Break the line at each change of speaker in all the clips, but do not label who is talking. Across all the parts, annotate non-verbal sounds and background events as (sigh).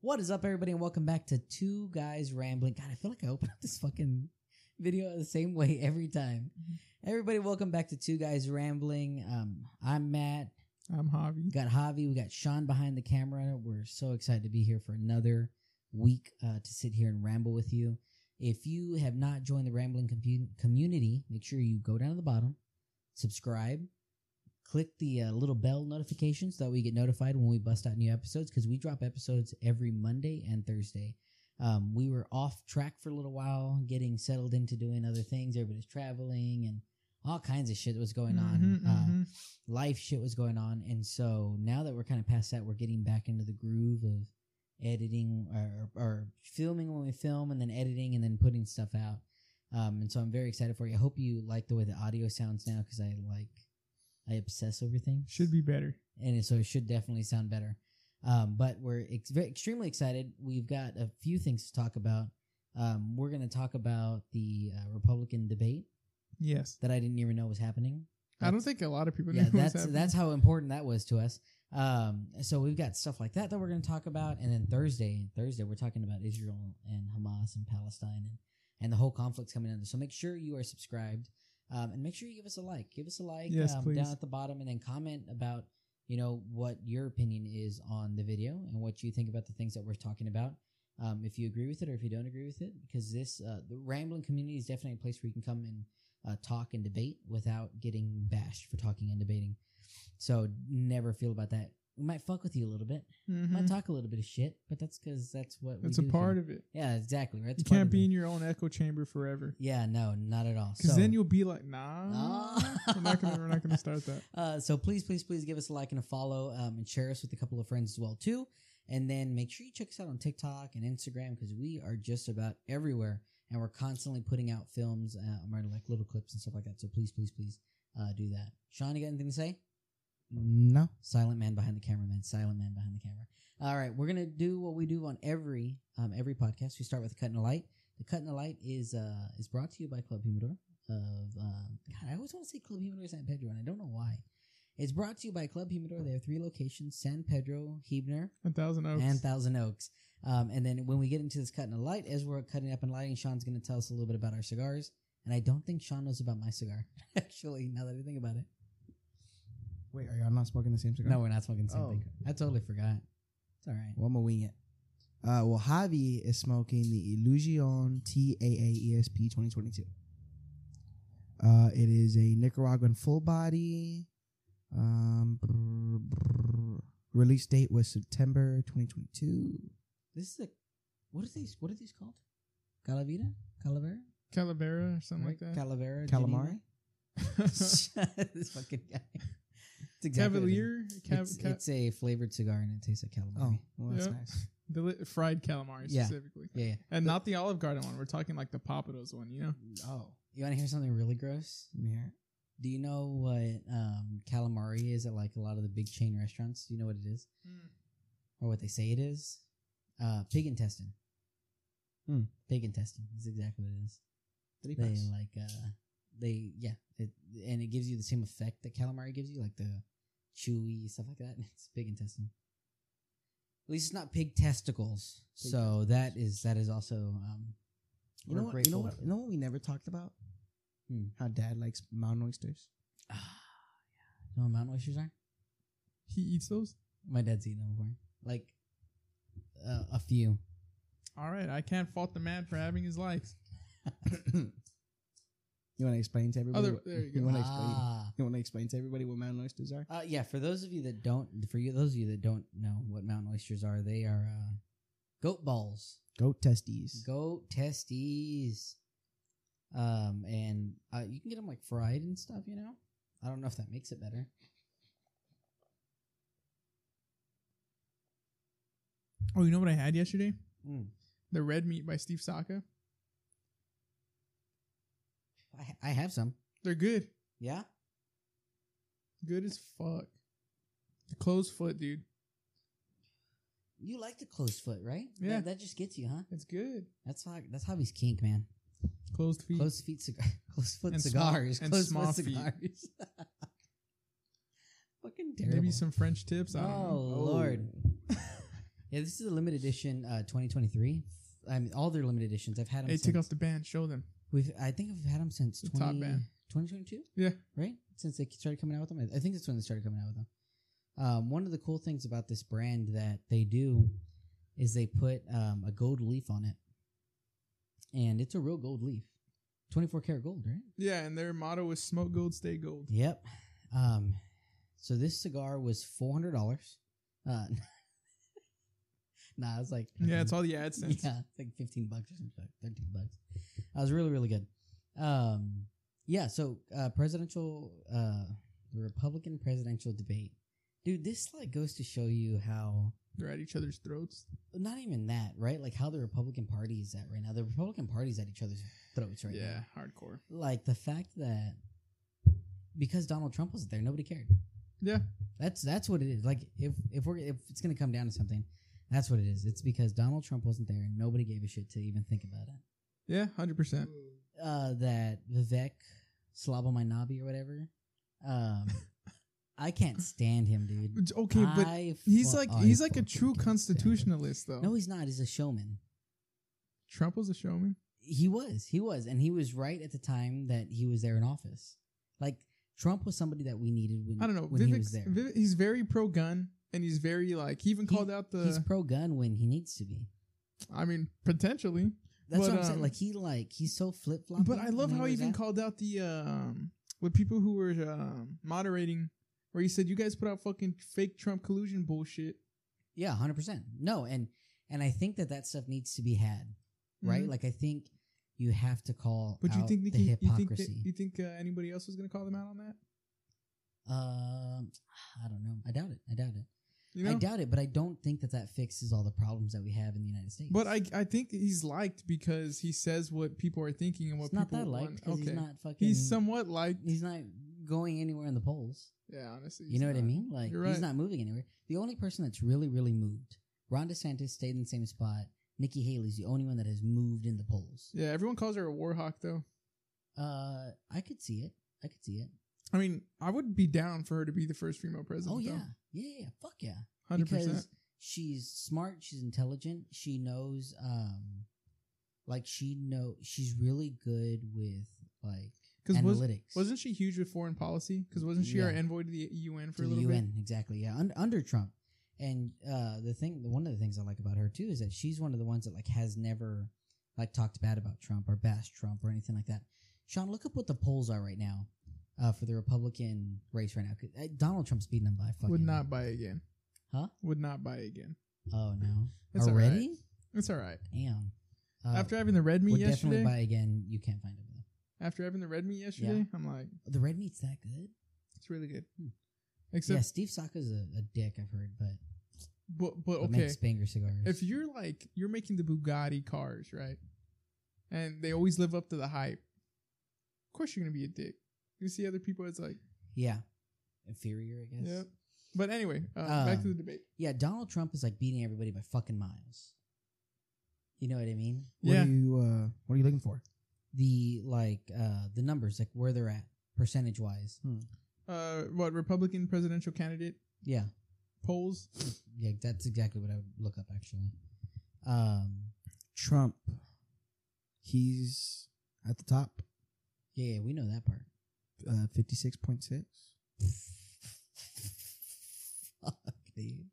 What is up, everybody, and welcome back to Two Guys Rambling. God, I feel like I open up this fucking video the same way every time. Everybody, welcome back to Two Guys Rambling. Um, I'm Matt.
I'm Javi.
We got Javi. We got Sean behind the camera. We're so excited to be here for another week uh, to sit here and ramble with you. If you have not joined the Rambling compu- community, make sure you go down to the bottom, subscribe, click the uh, little bell notification so that we get notified when we bust out new episodes because we drop episodes every Monday and Thursday. Um, we were off track for a little while, getting settled into doing other things. Everybody's traveling and all kinds of shit was going on.
Mhm,
Uh,
mhm.
life shit was going on and so now that we're kind of past that we're getting back into the groove of editing or, or filming when we film and then editing and then putting stuff out um, and so i'm very excited for you i hope you like the way the audio sounds now because i like i obsess over things
Should be better.
and so it should definitely sound better. Um, but we're ex- very, extremely excited. We've got a few things to talk about. Um, we're going to talk about the uh, Republican debate
Yes.
that I didn't even know was happening.
I don't think a lot of people
Yeah,
knew (laughs) what's
that's
happening.
that's how important that was to us. Um, so we've got stuff like that that we're going to talk about, and then Thursday, Thursday we're talking about Israel and Hamas and Palestine and and the whole conflict's coming under. So make sure you are subscribed, um, and make sure you give us a like. Give us a like
Yes,
um,
please.
down at the bottom, and then comment about you know what your opinion is on the video and what you think about the things that we're talking about. Um, if you agree with it or if you don't agree with it, because this uh, the rambling community is definitely a place where you can come and uh, talk and debate without getting bashed for talking and debating. So never feel about that. We might fuck with you a little bit.
Mhm.
Might talk a little bit of shit, but that's because that's what
That's a
we do
part
here.
of it.
Yeah, exactly. Right. It's
You
part
can't
of
be
it.
in your own echo chamber forever.
Yeah, no, not at all.
Because
so,
then you'll be like, nah.
Ah.
we're not gonna we're not gonna start that.
Uh, so please, please, please give us a like and a follow, um, and share us with a couple of friends as well too. And then make sure you check us out on TikTok and Instagram because we are just about everywhere, and we're constantly putting out films, uh, or like little clips and stuff like that. So please, please, please, uh, do that. Sean, you got anything to say? No. Silent man behind the camera, man. Silent man behind the camera. All right, we're gonna do what we do on every um, every podcast. We start with a cut and a light. The cut and a light is uh, is brought to you by Club Humidor of um, God. I always want to say Club Humidor San Pedro, and I don't know why. It's brought to you by Club Humidor. They have three locations: San Pedro, Hebner,
A thousand oaks.
and Thousand Oaks. Um, and then when we get into this cutting a light, as we're cutting up and lighting, Sean's going to tell us a little bit about our cigars. And I don't think Sean knows about my cigar, (laughs) actually, now that I think about it.
Wait, are y'all not smoking the same cigar?
No, we're not smoking the same
Oh.
thing. I totally forgot. It's all right.
Well, I'm gonna wing it. Uh, well, Javi is smoking the Illusion TAA ESP 2022. Uh, it is a Nicaraguan full body. Um, brr, brr. release date was September 2022.
This is a. What are these? What are these called? Calavera? Calavera?
Calavera or something like that.
Calavera?
Calamari?
Geneva? (laughs) this fucking guy. It's exactly what it is.
(laughs) Cavalier Cav-
It's,
ca-
it's a flavored cigar and it tastes like
Oh,
calamari.
well, that's
Yeah.
nice.
the li- fried calamari
Yeah.
specifically.
Yeah, yeah.
And not the Olive Garden one. We're talking like the Papados one, you know?
Oh,
You want to hear something really gross?
yeah.
Do you know what um, calamari is at like a lot of the big chain restaurants? Do you know what it is or what they say it is? Uh, pig intestine.
Hmm.
Pig intestine is exactly what it is.
Three
They
packs.
like uh, they yeah, it, and it gives you the same effect that calamari gives you, like the chewy stuff like that. (laughs) It's pig intestine. At least it's not pig testicles.
Pig
so that is that is also um,
You
we're
know what? You know
grateful.
what? You know what we never talked about?
Hmm.
How Dad likes mountain oysters.
Ah, yeah. You know what mountain oysters are?
He eats those?
My dad's eaten them before. Like uh, a
(coughs)
few.
All right, I can't fault the man for having his likes.
you want to explain to everybody?
Other-
what- (laughs)
there you go.
wanna explain?
Ah.
You want to explain to everybody what mountain oysters are?
Uh, yeah, for those of you that don't, for you those of you that don't know what mountain oysters are, they are uh, goat balls,
Goat testes.
goat testes, um, and uh, you can get them like fried and stuff. You know, I don't know if that makes it better.
Oh, you know what I had yesterday? Hmm.
Mm.
The Red Meat by Steve Saka.
I, ha- I have some.
They're good.
Yeah,
Good as fuck. The closed foot, dude.
you like the closed foot, right?
Yeah.
that, that just gets you, huh?
It's good.
That's how that's hobby's kink, man.
Closed feet.
Closed feet, cigar, (laughs) closed foot
And small-
cigars,
and
closed
small
foot
feet.
cigars. (laughs) Fucking terrible.
Maybe some French tips. I don't (laughs)
Oh
know.
lord. Yeah, this is a limited edition, uh, 2023. I mean, all their limited editions. I've had them.
Oh. Hey,
since,
take off the band. Show them.
We've, I think I've had them since
The top
20,
band.
2022.
Yeah.
right? Since they started coming out with them, I- I think that's when they started coming out with them. Um, one of the cool things about this brand that they do is they put um, a gold leaf on it, and it's a real gold leaf, twenty four karat gold, right?
Yeah, and their motto is "Smoke gold, stay gold."
Yep. Um, so this cigar was four hundred dollars. Uh, (laughs) nah, it's like
Yeah, it's all the AdSense.
yeah, it's like fifteen bucks or something, thirteen bucks. I was really, really good. Um, yeah, so uh, presidential, uh, the Republican presidential debate, dude. This like goes to show you how
They're at each other's throats.
not even that right, like how the Republican Party is at right now. The Republican Party's at each other's throats right
yeah,
now.
hardcore.
Like the fact that because Donald Trump was there, nobody cared.
Yeah,
That's that's what it is. Like if if we're if it's gonna come down to something, that's what it is. It's because Donald Trump wasn't there and nobody gave a shit to even think about it.
yeah, hundred percent.
uh, that Vivek Slava my Nabi or whatever.
(laughs)
Um, I can't stand him, dude.
Okay, but
I
he's
fu-
like
I
he's like a
Oh, fucking
true
can't stand him.
constitutionalist, though.
No, he's not. He's a showman.
Trump was a showman.
He was. He was, and he was right at the time that he was there in office. Like Trump was somebody that we needed when
I don't know.
when he was
Vivek's,
there.
Vivek, he's very pro gun, and he's very like he even
He-
called out
he's
the.
pro gun when he needs to be.
I mean, potentially,
That's
But,
what I'm saying.
um,
Like he like he's so flip flop.
but I love how he even called out the um with people who were um, moderating, where he said, "You guys put out fucking fake Trump collusion bullshit."
Yeah, hundred percent. No, and and I think that that stuff needs to be had. right?
Mhm.
Like I think you have to call
But you
out
think
the
Nikki, you think
hypocrisy.
that, you think uh, anybody else was gonna call them out on that?
um, I don't know. I doubt it. I doubt it.
You know,
I doubt it. But I don't think that that fixes all the problems that we have in the United States.
but I I think he's liked because he says what people are thinking and what
it's not
people
that liked
want.
because he's not fucking.
He's somewhat liked.
He's not going anywhere in the polls.
Yeah, honestly,
you
he's
know what I
not.
mean? Like
You're
he's
right.
not moving anywhere. The only person that's really, really moved, Ron DeSantis stayed in the same spot. Nikki Haley's the only one that has moved in the polls.
Yeah, everyone calls her a war hawk though.
Uh, I could see it. I could see it.
I mean, I would be down for her to be the first female president.
Oh yeah, yeah, yeah. yeah. Fuck yeah.
hundred percent.
because she's smart, she's intelligent, she knows um like she know she's really good with like
Because was,
analytics.
wasn't she huge with foreign policy? Because wasn't she our
Yeah.
envoy to the UN for
to
a
the
little
UN exactly. Yeah, un- under Trump. And uh the thing one of the things I like about her too is that she's one of the ones that like has never like talked bad about Trump or bashed Trump or anything like that. Sean, look up what the polls are right now. Uh, for the Republican race right now, 'Cause, uh, Donald Trump's beating them by
bit?
fucking.
Would not buy again.
Huh?
Would not buy again.
Oh
(laughs)
no!
It's all right.
Already?
It's all right.
Damn. Uh,
after having the red meat
would
yesterday,
definitely buy again. You can't find it though.
after having the red meat yesterday, I'm like,
The red meat's that good?
it's really good.
Hmm. yeah,
Except,
Steve Saka's a, a dick, I've heard, but,
but, but
but
okay,
makes banger cigars.
if you're like you're making the Bugatti cars, right? And they always live up to the hype. Of course, you're gonna be a dick. You see other people, it's like,
yeah. Inferior, I guess.
Yep. but anyway, uh, back to the
Um,
debate.
Yeah, Donald Trump is like beating everybody by fucking miles. You know what I mean?
What
Yeah,
are you uh, What are you looking for?
The like uh the numbers, like where they're at, percentage wise.
uh, what Republican presidential candidate
Yeah. (laughs)
polls?
Yeah, that's exactly what I would look up actually. Um
Trump. He's at the top,
yeah, yeah we know that part. (laughs)
uh, fifty six point six.
Fuck, dude.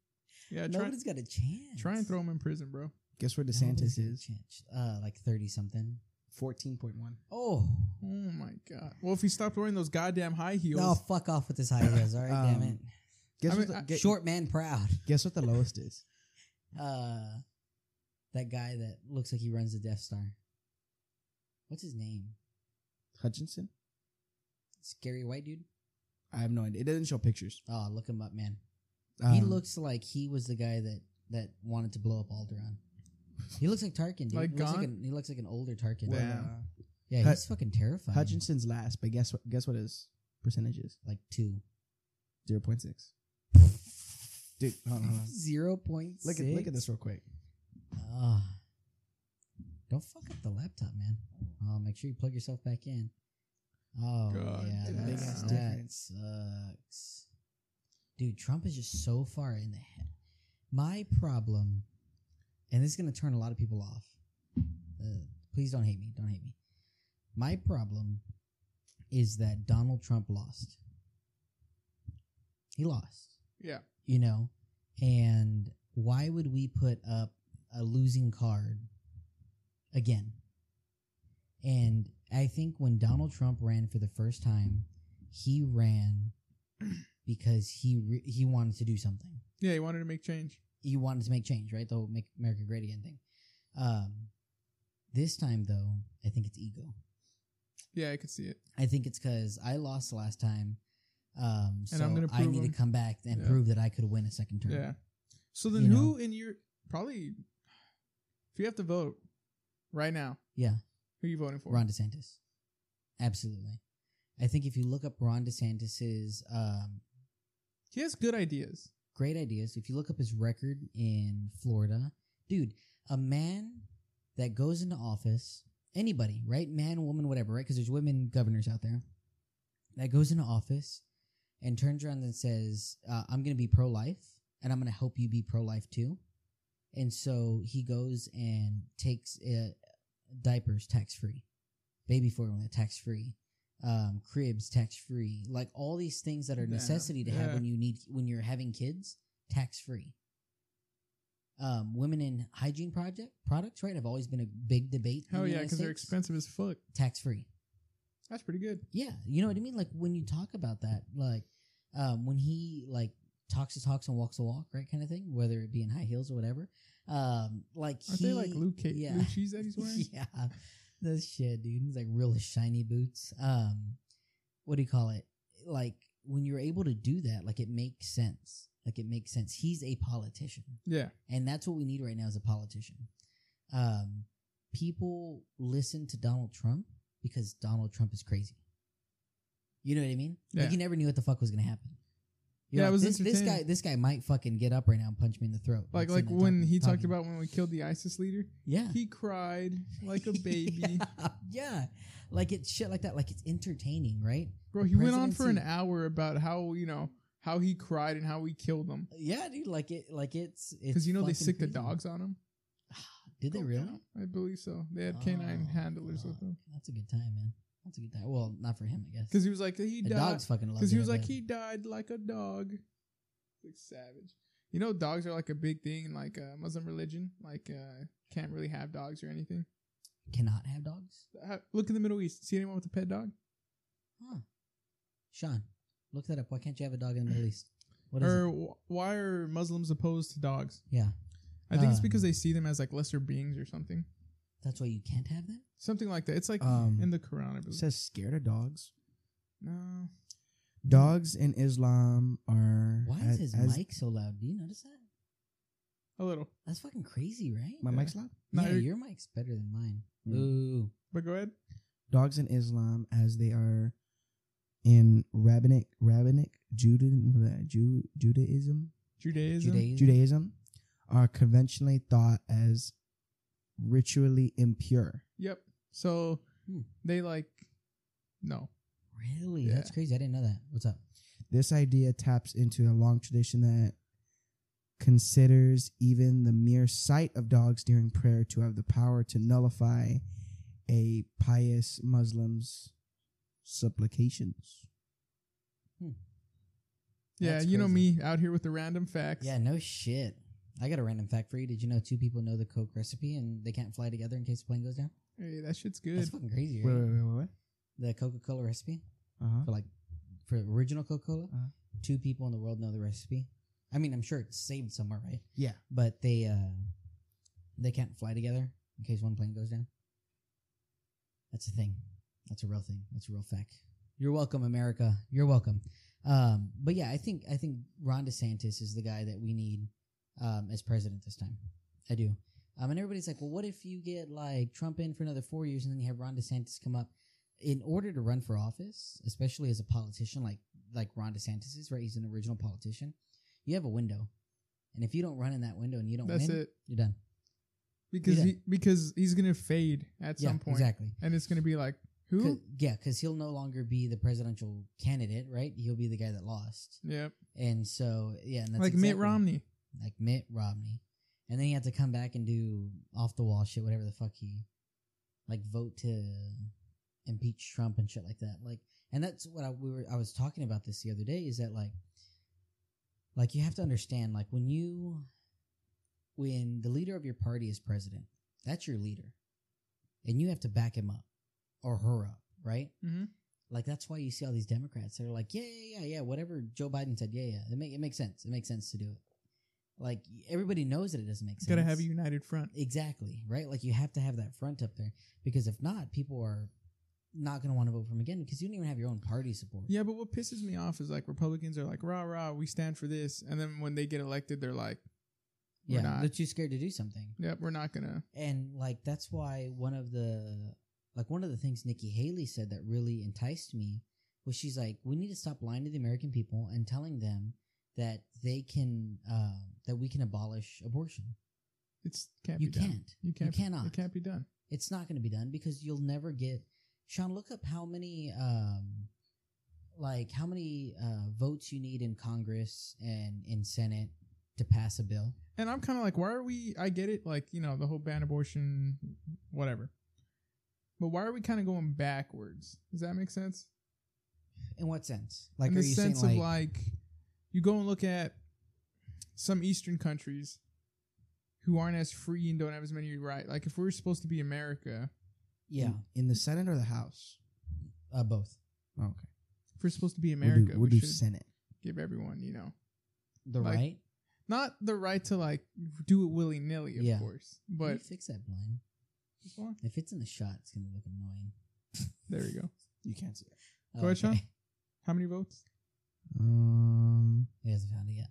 Yeah, try,
Nobody's got a chance.
try and throw him in prison, bro.
Guess where
Nobody's
DeSantis
got a
is?
chance. Uh, like thirty something.
Fourteen point one.
Oh,
Oh my god. Well, if he stopped wearing those goddamn high heels,
no! Fuck off with this high heels. All right, damn it.
Um, Guess
I
what?
mean, I-
the, gue-
uh, Short man proud.
Guess what the lowest is?
Uh, that guy that looks like he runs the Death Star. What's his name?
Hutchinson.
Scary white dude.
I have no idea. It doesn't show pictures.
Oh, look him up, man. he
Um,
looks like he was the guy that that wanted to blow up Alderaan. He looks like Tarkin. Dude.
Like
he, looks like
Gon?
an, he looks like an older Tarkin.
well,
Damn.
uh,
Yeah,
Hut-
he's fucking terrifying.
Hutchinson's last, but guess what? Guess what his percentage is?
like two.
Zero point six. Dude, hold on, hold on.
Zero point
Uh-huh. look
six.
at look at this real quick.
Ah. don't fuck up the laptop, man. Oh, make sure you plug yourself back in. Oh
God
yeah,
damn.
that,
Big ass
that
difference.
sucks, dude. Trump is just so far in the head. My problem, and this is going to turn a lot of people off. Uh, please don't hate me. Don't hate me. My problem is that Donald Trump lost. He lost,
Yeah.
you know? And why would we put up a losing card again? And I think when Donald Trump ran for the first time, he
(clears throat)
ran because he re- he wanted to do something
Yeah, he wanted to make change.
you wanted to make change, right? The whole make America great again thing. Um, this time though, I think it's ego.
Yeah, I could see it.
I think it's because I lost last time, um, so
And I'm gonna
I
prove
need
him.
to come back and
Yeah.
prove that I could win a second term.
Yeah. So then
You know.
who in your probably if you have to vote right now,
yeah.
who you voting for?
Ron DeSantis, absolutely. I think if you look up Ron DeSantis's um,
He has good ideas.
great ideas. If you look up his record in Florida, dude, a man that goes into office, anybody, right? Man, woman, whatever, right? Because there's women governors out there that goes into office and turns around and says, uh, I'm going to be pro life and I'm going to help you be pro life too. And so he goes and takes uh, diapers tax free, baby formula tax free. Um, cribs tax free, like all these things that are
Yeah.
necessity to have
Yeah.
when you need when you're having kids tax free. Um, women in hygiene project products, right, have always been a big debate. in
Hell
the
yeah,
United
because they're
States.
expensive as fuck.
Tax free.
That's pretty good.
Yeah, you know what I mean. Like when you talk about that, like um, when he like talks to talks and walks a walk, right, kind of thing. Whether it be in high heels or whatever, um, like
Aren't
he,
they like Luke Cage
yeah. (laughs)
blue cheese that he's wearing?
yeah, that's shit, dude. It's like real shiny boots. Um, what do you call it? Like when you're able to do that, like it makes sense. Like it makes sense. He's a politician,
yeah.
and that's what we need right now as a politician. Um, people listen to Donald Trump because Donald Trump is crazy. You know what I mean?
Yeah.
Like you never knew what the fuck was gonna happen. You're
Yeah, it
like,
was
this, this
entertaining.
guy. This guy might fucking get up right now and punch me in the throat.
Like
I'm
like
sitting there
when
talking-
he talked
talking.
about when we killed the ISIS leader,
yeah, (laughs)
he cried like a baby.
yeah. yeah. Like it's shit like that. Like it's entertaining, right?
Bro,
The
he went on for an
presidency-
hour about how, you know, how he cried and how we killed him.
Yeah, dude. Like it like it's it's
Because you know they
fucking
sick the
crazy.
dogs on him.
Did they
Oh,
really?
yeah, I believe so. They had canine
Oh,
handlers with
fuck.
them.
That's a good time, man. That's a good time. Well, not for him, I guess.
Because he was like he
the
died.
dogs fucking love
Because he
it,
was
I
like
bet.
he died like a dog, like savage. You know, dogs are like a big thing in like uh, Muslim religion. Like, uh, can't really have dogs or anything.
cannot have dogs.
Uh, Look in the Middle East. See anyone with a pet dog?
Huh. Sean, look that up. Why can't you have a dog in the Middle East? What is
Or
it?
wh- why are Muslims opposed to dogs?
Yeah.
I think it's
Uh,
because they see them as like lesser beings or something,
That's why you can't have them?
something like that. It's like
Um,
in the Quran, I
It
believe.
says scared of dogs.
no,
Dogs in Islam are.
Why
as-
is his
as-
mic so loud? Do you notice that?
a little.
That's fucking crazy, right?
My
Yeah.
mic's loud.
No,
yeah,
you're-
your mic's better than mine.
Mm.
Ooh.
But go ahead.
Dogs in Islam, as they are in rabbinic rabbinic Juda, Ju, Judaism
Judaism.
Judaism are conventionally thought as ritually impure.
Yep. So
Hmm.
they like no.
Really?
Yeah.
That's crazy. I didn't know that. What's up?
This idea taps into a long tradition that considers even the mere sight of dogs during prayer to have the power to nullify a pious Muslim's supplications.
Yeah,
That's
you know
crazy.
me out here with the random facts.
Yeah, no shit. I got a random fact for you. Did you know two people know the Coke recipe and they can't fly together in case the plane goes down?
Hey, that shit's good.
That's fucking crazy,
Wait,
right?
wait, wait, wait, wait.
The Coca Cola recipe
Uh-huh.
for like for original Coca Cola.
Uh-huh.
Two people in the world know the recipe. I mean, I'm sure it's saved somewhere, right?
Yeah.
But they uh they can't fly together in case one plane goes down. That's a thing. That's a real thing. That's a real fact. You're welcome, America. You're welcome. Um, but yeah, I think I think Ron DeSantis is the guy that we need um, as president this time. I do. Um, and everybody's like, well, what if you get like Trump in for another four years and then you have Ron DeSantis come up? In order to run for office, especially as a politician like like Ron DeSantis is, right? He's an original politician. You have a window, and if you don't run in that window and you don't
That's
win,
it.
you're done.
Because
Yeah.
he because he's gonna fade at
yeah,
some point,
exactly.
and it's gonna be like who?
'Cause- yeah, because he'll no longer be the presidential candidate, right? He'll be the guy that lost,
Yep.
and so yeah, and that's
like
exactly,
Mitt Romney.
like Mitt Romney, and then he had to come back and do off the wall shit, whatever the fuck he like vote to impeach Trump and shit like that. Like, and that's what I we were I was talking about this the other day is that like like you have to understand like when you when the leader of your party is president, that's your leader, and you have to back him up or her up, right?
Mm-hmm.
Like that's why you see all these Democrats. They're like, yeah, yeah, yeah, yeah. Whatever Joe Biden said, yeah, yeah. It make, it makes sense. It makes sense to do it. Like everybody knows that it doesn't make sense.
Gotta have a united front.
Exactly right. Like you have to have that front up there because if not, people are not gonna want to vote for him again because you don't even have your own party support.
Yeah, but what pisses me off is like Republicans are like rah rah, we stand for this, and then when they get elected, they're like, we're
Yeah,
not.
they're too scared to do something.
yep, we're not gonna.
And like that's why one of the like one of the things Nikki Haley said that really enticed me was she's like, we need to stop lying to the American people and telling them that they can uh, that we can abolish abortion.
It's can't
You
be done.
can't.
You can't.
cannot.
It can't be done.
It's not going to be done because you'll never get. Sean, look up how many um, like how many uh, votes you need in Congress and in Senate to pass a bill.
And I'm kind of like, why are we? I get it, like you know, the whole ban abortion, whatever. But why are we kind of going backwards? Does that make sense?
In what sense? Like,
in
are
the
you
sense
saying
of
like,
like, you go and look at some Eastern countries who aren't as free and don't have as many right. Like if we were supposed to be America,
yeah,
In, in the Senate or the House?
uh, both
Oh, okay.
if we're supposed to be
We'll do-
America,
We'll do,
we should
Senate.
give everyone, you know,
the
Like,
right?
not the right to like do it willy nilly, of
Yeah.
course.
Can you
But
fix that blind. If it's in the shot, it's gonna look annoying.
there you go.
You can't see it.
Oh,
Go ahead, Sean. How many votes?
Um,
(laughs) He hasn't found it yet.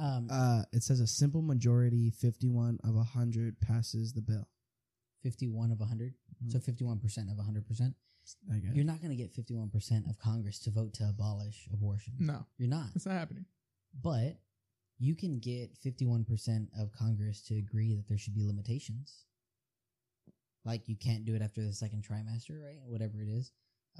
Um,
uh, it says a simple majority, 51 of 100, passes the bill.
fifty-one of hundred.
Mm.
So fifty-one percent of hundred percent.
I guess.
You're not gonna get fifty-one percent of Congress to vote to abolish abortion.
No,
You're not.
it's not happening.
But you can get fifty-one percent of Congress to agree that there should be limitations. Like you can't do it after the second trimester, right? Whatever it is.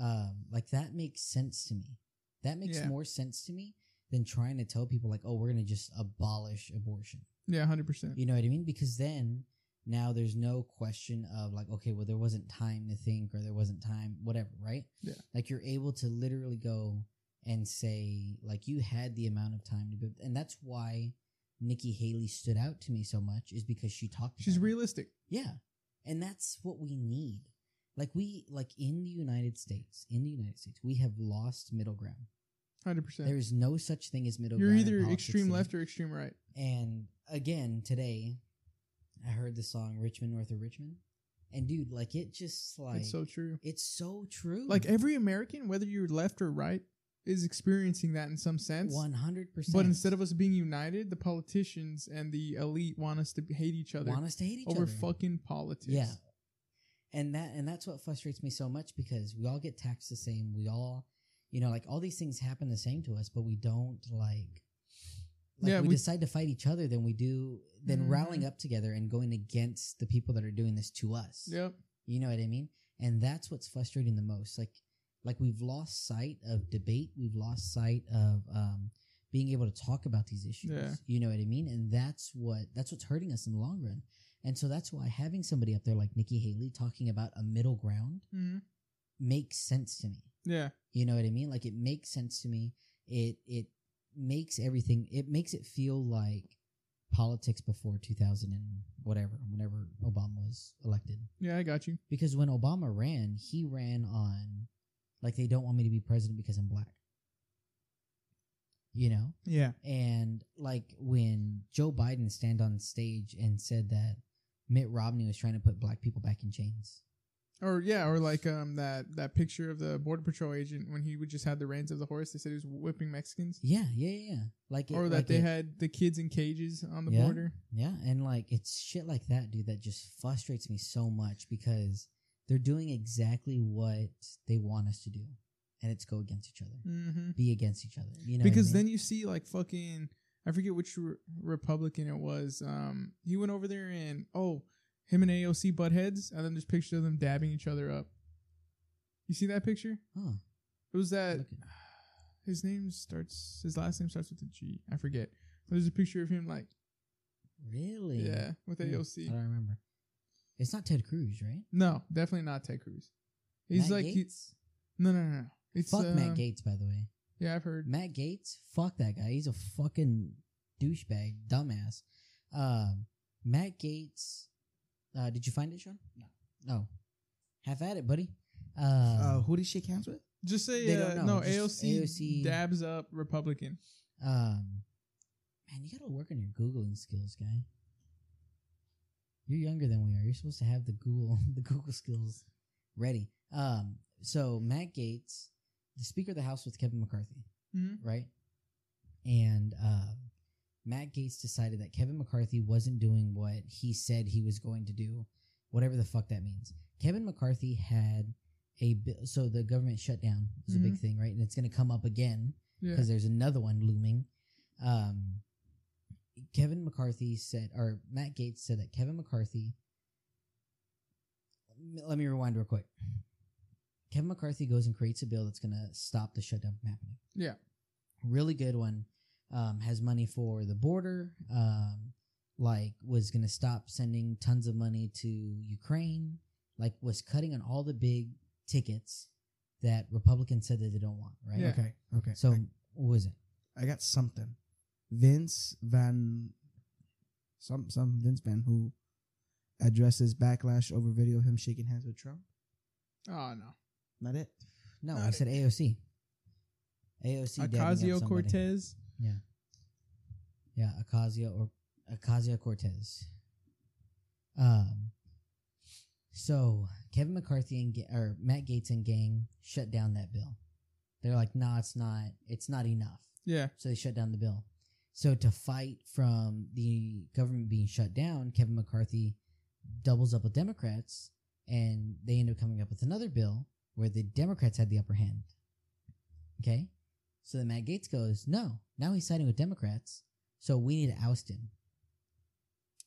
Um, like that makes sense to me. That makes
Yeah.
more sense to me than trying to tell people like, oh, we're gonna just abolish abortion.
Yeah, hundred percent.
You know what I mean? Because then now there's no question of like, okay, well, there wasn't time to think or there wasn't time, whatever, right?
Yeah.
Like you're able to literally go and say, like, you had the amount of time to be, and that's why Nikki Haley stood out to me so much is because she talked.
She's
about it.
realistic.
Yeah. And that's what we need. Like we like in the United States, in the United States, we have lost middle ground.
Hundred percent.
There is no such thing as middle
You're
ground. in
either
politics
extreme
today.
left or extreme right.
And again, today, I heard the song Richmond North of Richmond. And dude, like it just like
it's so true.
it's so true.
Like every American, whether you're left or right, is experiencing that in some sense.
one hundred percent.
But instead of us being united, the politicians and the elite want us to hate each other
want us to hate each
over
other.
fucking politics.
Yeah. And that and that's what frustrates me so much because we all get taxed the same. We all you know, like all these things happen the same to us, but we don't like like
Yeah,
we,
we-
decide to fight each other than we do than
Mhm.
rallying up together and going against the people that are doing this to us.
Yep.
You know what I mean? And that's what's frustrating the most. Like, like we've lost sight of debate. We've lost sight of um, being able to talk about these issues.
Yeah.
You know what I mean? And that's what that's what's hurting us in the long run. And so that's why having somebody up there like Nikki Haley talking about a middle ground
hmm
makes sense to me.
Yeah.
You know what I mean? Like it makes sense to me. It it makes everything. It makes it feel like politics before two thousand and whatever, whenever Obama was elected
Yeah, I got you.
because when Obama ran, he ran on like they don't want me to be president because I'm black. You know?
Yeah.
And like when Joe Biden stand on stage and said that Mitt Romney was trying to put black people back in chains.
Or yeah, or like um that that picture of the border patrol agent when he would just had the reins of the horse. They said he was whipping Mexicans,
Yeah, yeah, yeah. yeah. Like it,
or that
like
they
it-
had the kids in cages on the
Yeah.
border.
Yeah, and like it's shit like that, dude, that just frustrates me so much because they're doing exactly what they want us to do. And it's go against each other.
Mm-hmm.
Be against each other. You know what I
because
mean?
then you see like fucking I forget which re- Republican it was. Um, he went over there and oh, him and AOC butt heads, and then there's pictures of them dabbing each other up. You Uh, see that picture?
huh.
It was that
Look at-
his name starts his last name starts with a G. I forget. There's a picture of him like
Really?
Yeah, with
Hmm, I
AOC.
don't remember. It's not Ted Cruz, right?
No, definitely not Ted Cruz. He's
Matt
like he-
Gates.
no, no, no, no. It's
fuck Matt
um,
Gates, by the way.
Yeah, I've heard.
Matt Gates, fuck that guy. He's a fucking douchebag, dumbass. Um, Matt Gates, uh, did you find it, Sean? No. No. Have at it, buddy. Uh,
Oh.
Uh, who did she cancel with?
Just say
They don't
uh,
know,
no.
just
AOC,
AOC.
dabs up Republican.
um, man, you gotta work on your googling skills, guy. You're younger than we are. You're supposed to have the Google (laughs) the Google skills ready. Um, so Matt Gates, the Speaker of the House with Kevin McCarthy.
hmm
right? And uh, Matt Gates decided that Kevin McCarthy wasn't doing what he said he was going to do, whatever the fuck that means. Kevin McCarthy had a bi- so the government shutdown is a big thing, right? And it's going to come up again
Yeah,
because there's another one looming. Um, Kevin McCarthy said, or Matt Gates said that Kevin McCarthy. Let me rewind real quick. Kevin McCarthy goes and creates a bill that's going to stop the shutdown from happening
yeah.
really good one. Um, has money for the border. Um, like was going to stop sending tons of money to Ukraine. Like was cutting on all the big tickets that Republicans said that they don't want. Right.
Yeah.
Okay, okay.
So
I,
what was it?
I got something. Vince Van, some some Vince Van who addresses backlash over video of him shaking hands with Trump.
Oh no,
Not it.
No,
Not
I said AOC. AOC. dabbing up
Ocasio
somebody.
Cortez.
Yeah. Yeah, Ocasio or Ocasio Cortez. Um. So Kevin McCarthy and Ga- or Matt Gates and gang shut down that bill. They're like, nah, it's not. It's not enough.
Yeah,
So they shut down the bill. So to fight from the government being shut down, Kevin McCarthy doubles up with Democrats, and they end up coming up with another bill where the Democrats had the upper hand. Okay, so then Matt Gates goes, "No, now he's siding with Democrats, so we need to oust him."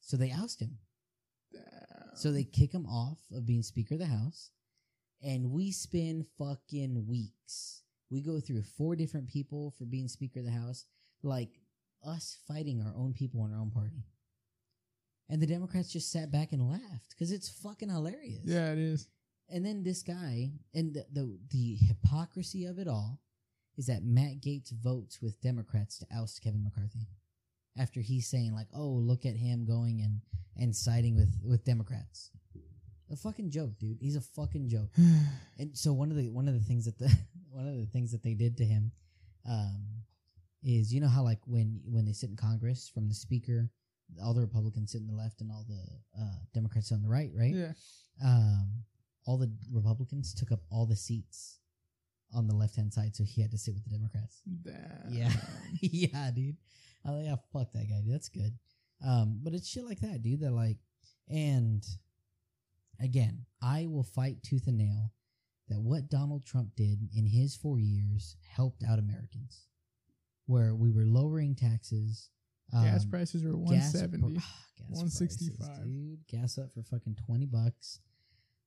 So they oust him. So they kick him off of being Speaker of the House, and we spend fucking weeks. We go through four different people for being Speaker of the House, like us fighting our own people in our own party. And the Democrats just sat back and laughed because it's fucking hilarious.
Yeah, it is. (sighs)
And then this guy, and the, the the hypocrisy of it all is that Matt Gates votes with Democrats to oust Kevin McCarthy after he's saying like, "Oh, look at him going and and siding with with Democrats." A fucking joke, dude. He's a fucking joke. And so one of the one of the things that the (laughs) one of the things that they did to him um, is you know how like when when they sit in Congress from the speaker, all the Republicans sit in the left and all the uh, Democrats sit on the right, right?
yeah,
um, all the Republicans took up all the seats on the left hand side, so he had to sit with the Democrats. (laughs)
Damn.
Yeah, yeah, dude. I was like, "Ah, fuck that guy, dude. That's good. Um, but it's shit like that, dude. That like, and again, I will fight tooth and nail that what Donald Trump did in his four years helped out Americans, where we were lowering taxes.
(laughs) Gas
um,
prices are one
Gas-
seventy.
ah, gas prices,
165.
dude. Gas up for fucking twenty bucks.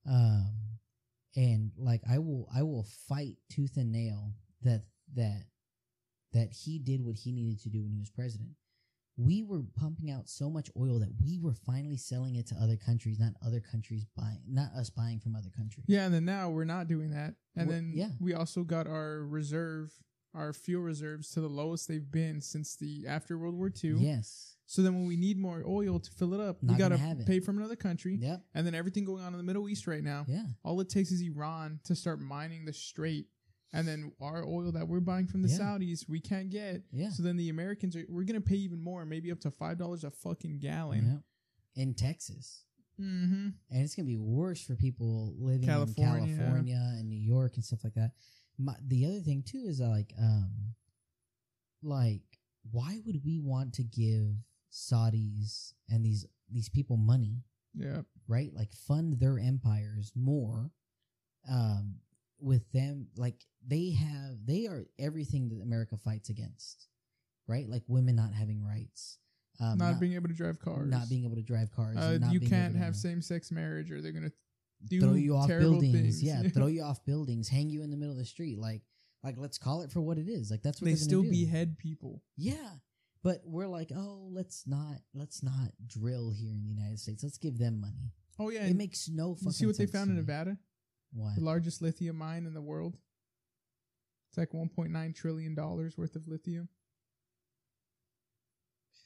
Um, and like I will, I will fight tooth and nail that that that he did what he needed to do when he was president. We were pumping out so much oil that we were finally selling it to other countries, not other countries buying, not us buying from other countries.
Yeah, and then now we're not doing that. And
We're-
then
yeah.
we also got our reserve, our fuel reserves to the lowest they've been since the after World War II.
Yes.
So then when we need more oil to fill it up,
Not
we got
gonna
to
have it.
pay from another country.
Yep.
And then everything going on in the Middle East right now,
Yeah.
all it takes is Iran to start mining the strait. And then our oil that we're buying from the
Yeah.
Saudis, we can't get.
Yeah.
So then the Americans are, we're going to pay even more, maybe up to $5 a fucking gallon.
Yep. In Texas.
Mm-hmm.
and it's gonna be worse for people living
California.
in California and New York and stuff like that. My, the other thing too is like, um, like why would we want to give Saudis and these these people money,
Yeah.
right? Like fund their empires more, um, with them like they have they are everything that America fights against, right? Like women not having rights, um,
not, being able to drive cars.
not being able to drive cars,
Uh,
and not
you
being
can't
able to-
have same sex marriage or they're going to do
throw you off
terrible
buildings.
things. (laughs)
Yeah, throw you off buildings, hang you in the middle of the street. Like, like let's call it for what it is. Like that's what
they
they're gonna
still
do.
behead people.
Yeah, But we're like, oh, let's not let's not drill here in the United States. Let's give them money.
Oh yeah,
it
and
makes no fucking
you see what they
sense
found
to
in
me.
Nevada,
What?
the largest lithium mine in the world. It's like 1.9 trillion dollars worth of lithium.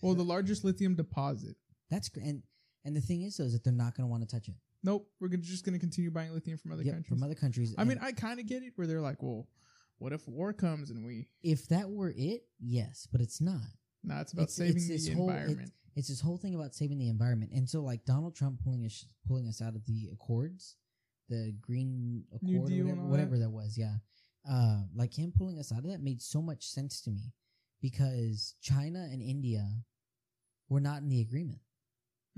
Well, the largest lithium deposit.
That's gr- and and the thing is though is that they're not going to want to touch it.
Nope, we're gonna, just going to continue buying lithium from other
Yep,
countries.
from other countries.
I mean,
And
I kind of get it where they're like, well, what if war comes and we?
if that were it, yes, but it's not.
Nah, it's about
It's-
saving
it's this
the
whole-
environment.
It's this whole thing about saving the environment. And so like Donald Trump pulling us pulling us out of the accords, the green
New
accord or
Deal and
whatever,
all that?
whatever that was, yeah. Uh, like him pulling us out of that made so much sense to me because China and India were not in the agreement.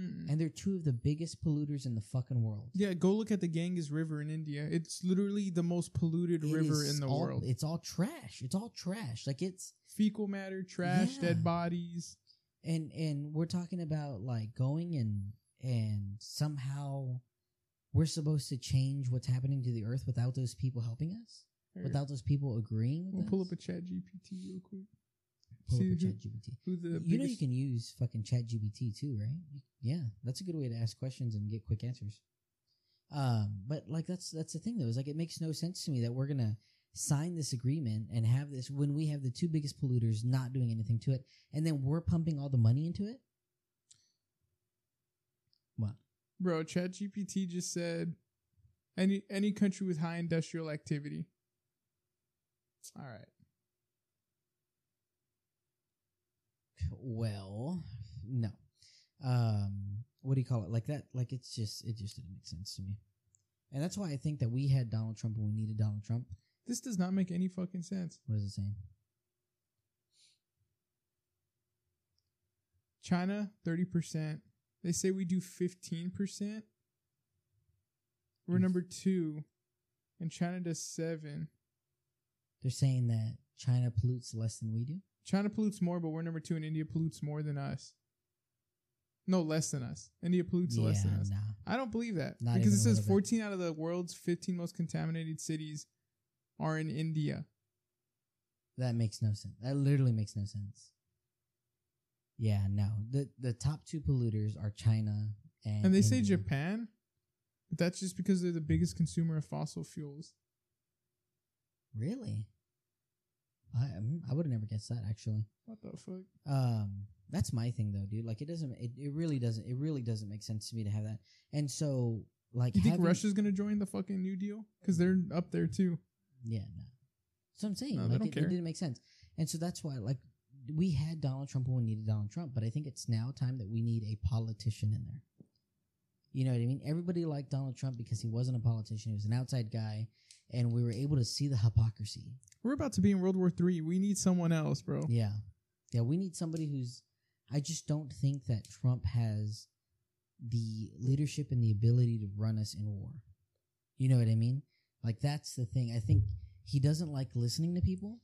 Mm-mm.
And they're two of the biggest polluters in the fucking world.
Hmm. Yeah, go look at the Ganges River in India. It's literally the most polluted
It
river
is
in the
all-
world.
It's all trash. It's all trash. Like it's
Fecal matter, trash,
Yeah.
dead bodies.
and and we're talking about like going and and somehow we're supposed to change what's happening to the earth without those people helping us,
Here,
without those people agreeing. With
we'll pull up a
us?
chat GPT real quick.
Pull up
see
a
who-
ChatGPT.
Who the
You know you
biggest-
can use fucking ChatGPT too, right? Yeah, that's a good way to ask questions and get quick answers. Um, but like that's that's the thing though is like it makes no sense to me that we're gonna sign this agreement and have this when we have the two biggest polluters not doing anything to it, and then we're pumping all the money into it. What?
Bro, Chat GPT just said any any country with high industrial activity. All right.
Well, no. Um, what do you call it? Like that? Like it's just it just didn't make sense to me, and that's why I think that we had Donald Trump when we needed Donald Trump.
This does not make any fucking sense.
What is it saying?
China, 30%. They say we do 15%. We're
Mm.
number two, and China does seven.
They're saying that China pollutes less than we do.
China pollutes more, but we're number two, and India pollutes more than us. No, less than us. India pollutes less than us.
nah.
I don't believe that
Not
because
even
it
a
says
little bit.
14 out of the world's 15 most contaminated cities are in India.
That makes no sense. That literally makes no sense. Yeah, no. The the top two polluters are China and
And they say
India.
Japan, but that's just because they're the biggest consumer of fossil fuels.
Really? I mm, I would have never guessed that actually.
What the fuck?
Um, that's my thing though, dude. Like it doesn't. It, it really doesn't. It really doesn't make sense to me to have that. And so like,
You think
having-
Russia's gonna join the fucking New Deal? Because they're up there too.
Yeah, no. So I'm saying
No, they
like
don't
it, it
care.
didn't make sense, and so that's why like we had Donald Trump when we needed Donald Trump, but I think it's now time that we need a politician in there. You know what I mean? Everybody liked Donald Trump because he wasn't a politician; he was an outside guy, and we were able to see the hypocrisy.
We're about to be in World War Three. We need someone else, bro.
Yeah, yeah. We need somebody who's. I just don't think that Trump has the leadership and the ability to run us in war. You know what I mean? Like that's the thing. I think he doesn't like listening to people,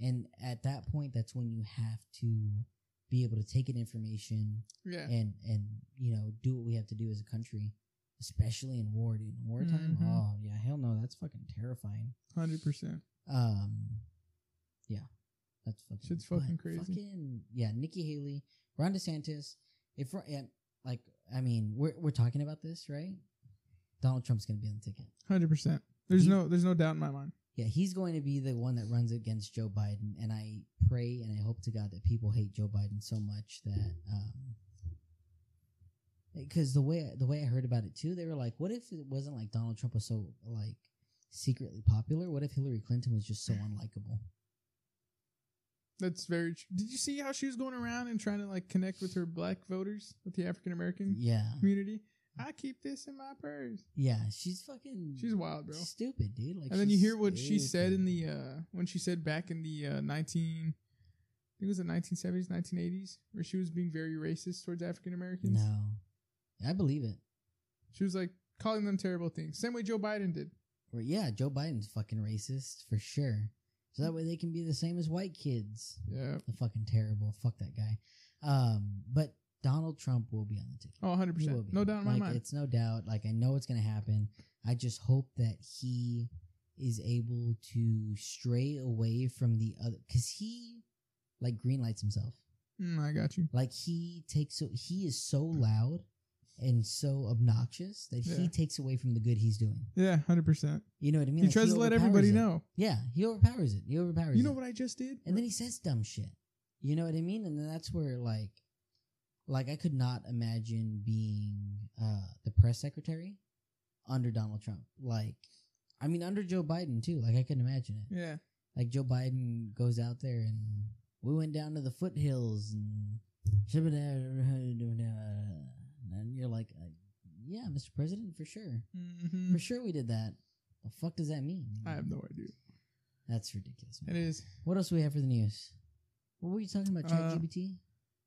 and at that point, that's when you have to be able to take in information
Yeah.
and and you know do what we have to do as a country, especially in war, dude. In wartime,
Mhm.
oh yeah, hell no, that's fucking terrifying.
Hundred percent.
Um, yeah, that's fucking
Shit's fucking
but
crazy.
Fucking yeah, Nikki Haley, Ron DeSantis. If we're- and, like, I mean, we're we're talking about this, right? Donald Trump's gonna be on the ticket.
Hundred percent. There's
He-
no there's no doubt in my mind.
Yeah, he's going to be the one that runs against Joe Biden, and I pray and I hope to God that people hate Joe Biden so much that um, because the way the way I heard about it too, they were like, what if it wasn't like Donald Trump was so like secretly popular? What if Hillary Clinton was just so unlikable?
That's very true. Did you see how she was going around and trying to like connect with her black voters, with the African American
Yeah,
community? I keep this in my purse.
Yeah, she's fucking.
She's wild, bro.
stupid, dude. Like,
and then you
she's
hear what she said in
stupid.
the uh when she said back in the uh nineteen I think it was the nineteen seventies, nineteen eighties, where she was being very racist towards African Americans.
No, I believe it.
She was like calling them terrible things. Same way Joe Biden did.
Or yeah, Joe Biden's fucking racist for sure. So that way they can be the same as white kids.
Yeah.
The fucking terrible. Fuck that guy. Um, but Donald Trump will be on the ticket.
Oh, 100
He will
percent.
be.
No doubt in my
Like,
mind.
It's no doubt. Like I know it's gonna happen. I just hope that he is able to stray away from the other because he like green lights himself.
Mm, I got you.
Like he takes he is so loud and so obnoxious that
Hmm. Yeah.
he takes away from the good he's doing.
Yeah, hundred percent.
You know what I mean?
He
Like,
tries to let
overpowers
everybody
it.
know.
Yeah, he overpowers it. He overpowers
You know
it.
what I just did?
and then he says dumb shit. You know what I mean? And then that's where like like I could not imagine being uh the press secretary under Donald Trump. Like I mean under Joe Biden too. Like I couldn't imagine it.
yeah,
Like Joe Biden goes out there and we went down to the foothills and uh, and you're like uh, yeah, Mr. President, for sure.
hmm
For sure we did that. The fuck does that mean?
I have no idea.
That's ridiculous.
It
man.
is.
What else do we have for the news? What were you talking about?
Uh,
ChatGPT?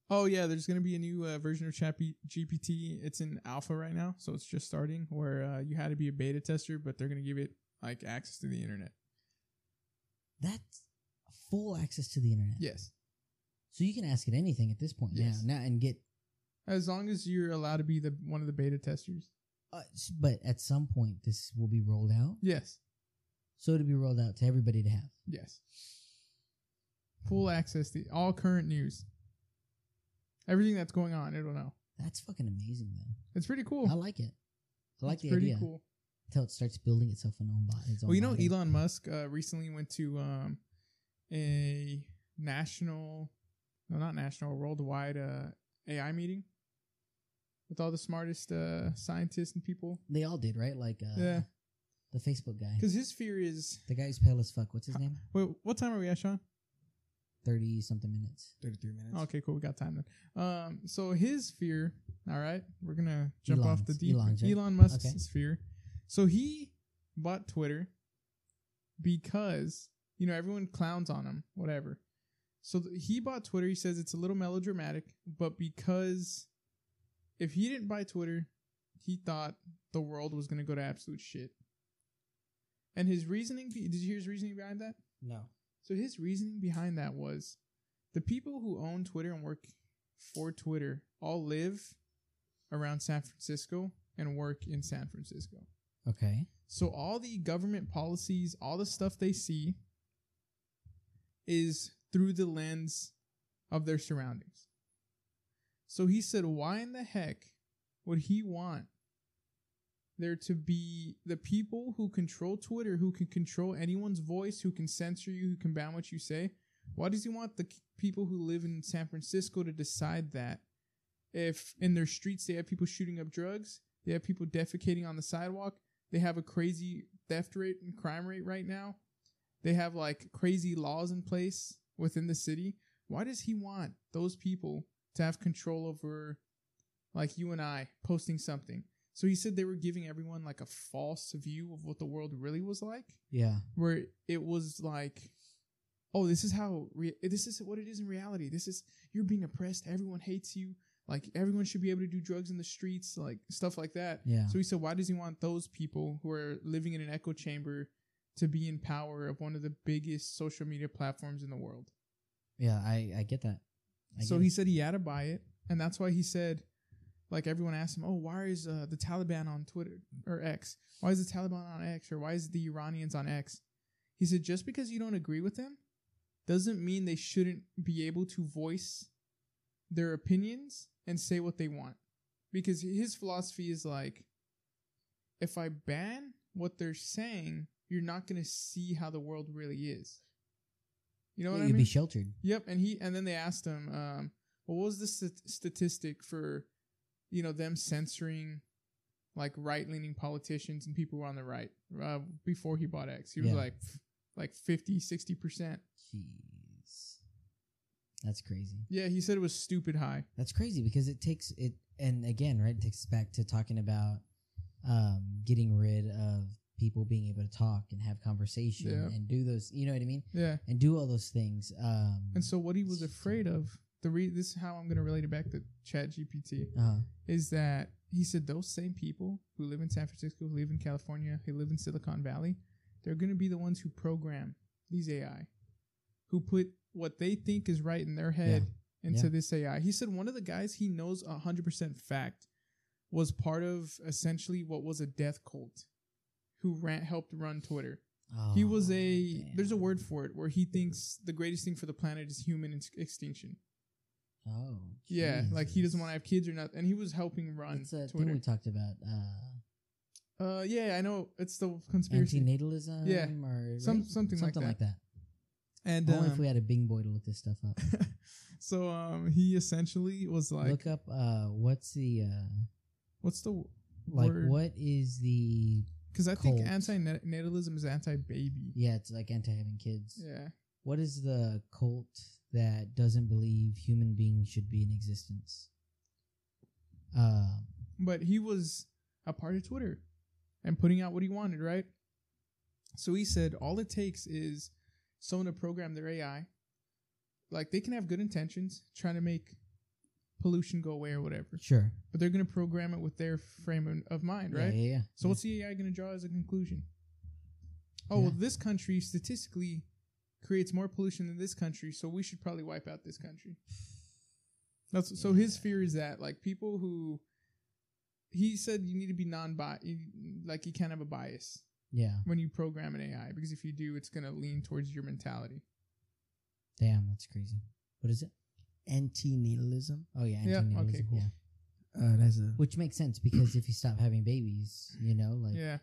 Oh yeah, there's gonna be a new uh, version of Chat GPT. It's in alpha right now, so it's just starting. Where uh, you had to be a beta tester, but they're gonna give it like access to the internet.
That's full access to the internet.
Yes,
So you can ask it anything at this point
Yes.
now, now and get.
as long as you're allowed to be the one of the beta testers.
Uh, s- but at some point, this will be rolled out.
Yes,
So it'll be rolled out to everybody to have.
yes. Full access to all current news. Everything that's going on, it'll know.
That's fucking amazing, though.
It's pretty cool.
I like it. I like
it's
the
pretty
idea
cool.
until it starts building itself an own body. Its own
Well, you know,
body.
Elon Musk uh, recently went to um, a national, no, not national, worldwide uh, AI meeting with all the smartest uh, scientists and people.
They all did, right? Like uh,
Yeah.
the Facebook guy,
Because his fear is,
the guy who's pale as fuck. What's his name?
wait, what time are we at, Sean?
Thirty something minutes.
Thirty-three minutes.
Okay, cool. We got time then. Um, so his fear. All right, we're gonna jump off the
Elon's-
deep.
Elon's, right?
Elon Musk's
Okay.
fear. So he bought Twitter because you know everyone clowns on him, whatever. So th- he bought Twitter. He says it's a little melodramatic, but because if he didn't buy Twitter, he thought the world was gonna go to absolute shit. And his reasoning. Did you hear his reasoning behind that?
No.
So his reasoning behind that was the people who own Twitter and work for Twitter all live around San Francisco and work in San Francisco.
Okay.
So all the government policies, all the stuff they see is through the lens of their surroundings. So he said, why in the heck would he want there to be the people who control Twitter, who can control anyone's voice, who can censor you, who can ban what you say? Why does he want the c- people who live in San Francisco to decide that if in their streets they have people shooting up drugs, they have people defecating on the sidewalk, they have a crazy theft rate and crime rate right now. They have like crazy laws in place within the city. Why does he want those people to have control over like you and I posting something? So he said they were giving everyone like a false view of what the world really was like
Yeah.
where it was like oh this is how re- this is what it is in reality this is you're being oppressed everyone hates you like everyone should be able to do drugs in the streets like stuff like that
Yeah.
so he said why does he want those people who are living in an echo chamber to be in power of one of the biggest social media platforms in the world
Yeah. I I get that. I
so
get it.
he said he had to buy it, and that's why he said, like everyone asked him, "Oh, why is uh, the Taliban on Twitter or X? Why is the Taliban on X? Or why is the Iranians on X?" He said, "Just because you don't agree with them, doesn't mean they shouldn't be able to voice their opinions and say what they want." Because his philosophy is like, if I ban what they're saying, you're not going to see how the world really is. You know what
you'd
I mean?
be sheltered.
Yep, and he and then they asked him, um, well, what was the st- statistic for, you know, them censoring, like right leaning politicians and people who were on the right uh, before he bought X? He was
Yeah.
like, f- like 50, 60 percent.
Jeez. That's crazy.
Yeah, he said it was stupid high.
That's crazy because it takes it and again, right, it takes us back to talking about um getting rid of people being able to talk and have conversation
Yeah.
and do those you know what I mean?
Yeah,
And do all those things. Um
and so what he was afraid of the re- this is how I'm gonna relate it back to Chat GPT.
uh
is that he said those same people who live in San Francisco, who live in California, who live in Silicon Valley, they're going to be the ones who program these AI, who put what they think is right in their head into
Yeah.
this AI. He said one of the guys he knows 100% fact was part of essentially what was a death cult who ran, helped run Twitter. he was
oh,
a,
damn.
there's a word for it, where he thinks the greatest thing for the planet is human ex- extinction.
Oh,
Yeah, like he
Jesus.
doesn't want to have kids or not, and he was helping run
That's a thing we
Twitter.
talked about. Uh,
Uh, yeah, I know it's the conspiracy,
antinatalism, or
Yeah, some
right?
something,
something
like that. And
Only if
um,
we had a Bing boy to look this stuff up.
so um, he essentially was (laughs) like,
look up uh, what's the uh,
"What's the
like?
word?"
What is the?
Because I think
cult?
anti-natalism is anti-baby.
Yeah, it's like anti having kids.
Yeah,
What is the cult that doesn't believe human beings should be in existence? Um,
but he was a part of Twitter and putting out what he wanted, right? So he said all it takes is someone to program their AI. Like they can have good intentions, trying to make pollution go away or whatever,
sure.
but they're going to program it with their frame of of mind,
Yeah,
right?
yeah, yeah.
So
yeah.
what's the AI going to draw as a conclusion? Oh, well,
Yeah.
this country statistically creates more pollution than this country, so we should probably wipe out this country. That's so. His fear is that like people who he said you need to be non-biased, like you can't have a bias
yeah.
when you program an AI because if you do, it's going to lean towards your mentality.
Damn, that's crazy. What is it?
Antinatalism.
Oh yeah,
Yeah,
antinatalism.
okay, cool.
yeah.
Uh, that's a
Which makes sense because if you stop having babies, you know, like
yeah,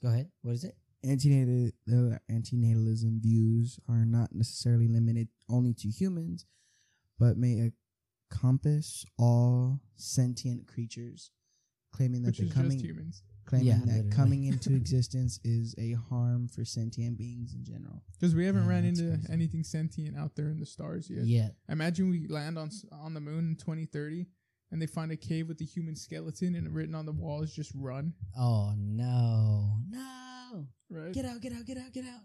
go ahead. What is it?
antinatal uh, antinatalism views are not necessarily limited only to humans, but may encompass all sentient creatures, claiming that
which
the
is
coming
just humans,
claiming
Yeah,
that
literally.
(laughs) coming into existence is a harm for sentient beings in general.
because we haven't
Yeah,
ran
that's
into
crazy.
anything sentient out there in the stars yet.
Yeah.
Imagine we land on s- on the moon in 2030 and they find a cave with a human skeleton and written on the wall is just run.
Oh no, no!
Right.
Get out! Get out! Get out! Get out!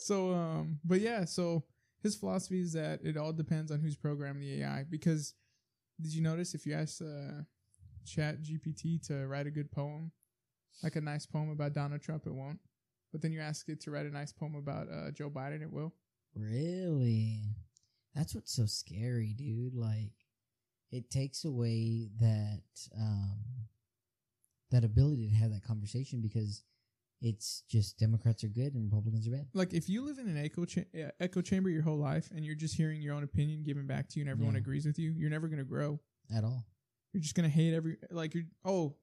So um but yeah, so his philosophy is that it all depends on who's programming the AI because did you notice if you ask uh, Chat GPT to write a good poem, like a nice poem about Donald Trump, it won't. But then you ask it to write a nice poem about uh, Joe Biden, it will.
Really? That's what's so scary, dude. Like, it takes away that um, that ability to have that conversation because it's just Democrats are good and Republicans are bad.
like if you live in an echo cha- uh, echo chamber your whole life and you're just hearing your own opinion given back to you and everyone
Yeah.
agrees with you, you're never going to grow.
At all?
You're just going to hate every like you're oh,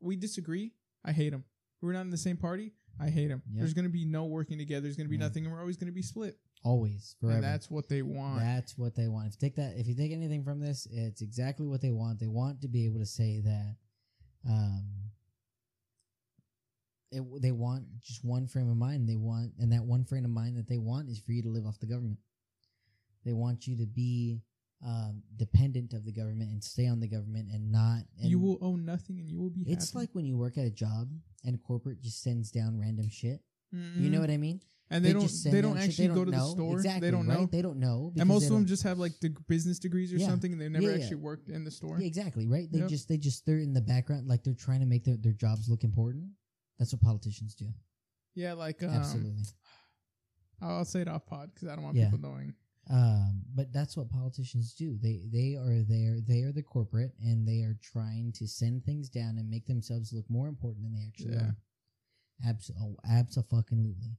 we disagree. I hate him. We're not in the same party. I hate him.
Yeah.
There's going to be no working together. There's going to be
Yeah.
nothing and we're always going to be split.
Always, forever.
And that's what they want.
That's what they want. If you take that, if you take anything from this, it's exactly what they want. They want to be able to say that, um, it, they want just one frame of mind. They want, and that one frame of mind that they want is for you to live off the government. They want you to be um, dependent of the government and stay on the government and not. And
you will own nothing and you will be
It's
happy.
like when you work at a job and corporate just sends down random shit. You
Mhm.
know what I mean?
and they,
just
don't
send
they
down
don't
shit.
actually go to the
know.
store.
Exactly,
they don't
right?
know.
They don't know.
and most
because
of
they
them
don't-
just have like the business degrees or
Yeah.
something and they've never
Yeah, yeah.
actually worked in the store.
Yeah, exactly, right? They
Yep.
just they just they're in the background, like they're trying to make their, their jobs look important. That's what politicians do.
Yeah, like um,
Absolutely.
I'll I'll say it off pod because I don't want
Yeah.
people knowing.
Um, but that's what politicians do. They they are there. They are the corporate, and they are trying to send things down and make themselves look more important than they actually
Yeah.
are. Abs- oh, absolutely.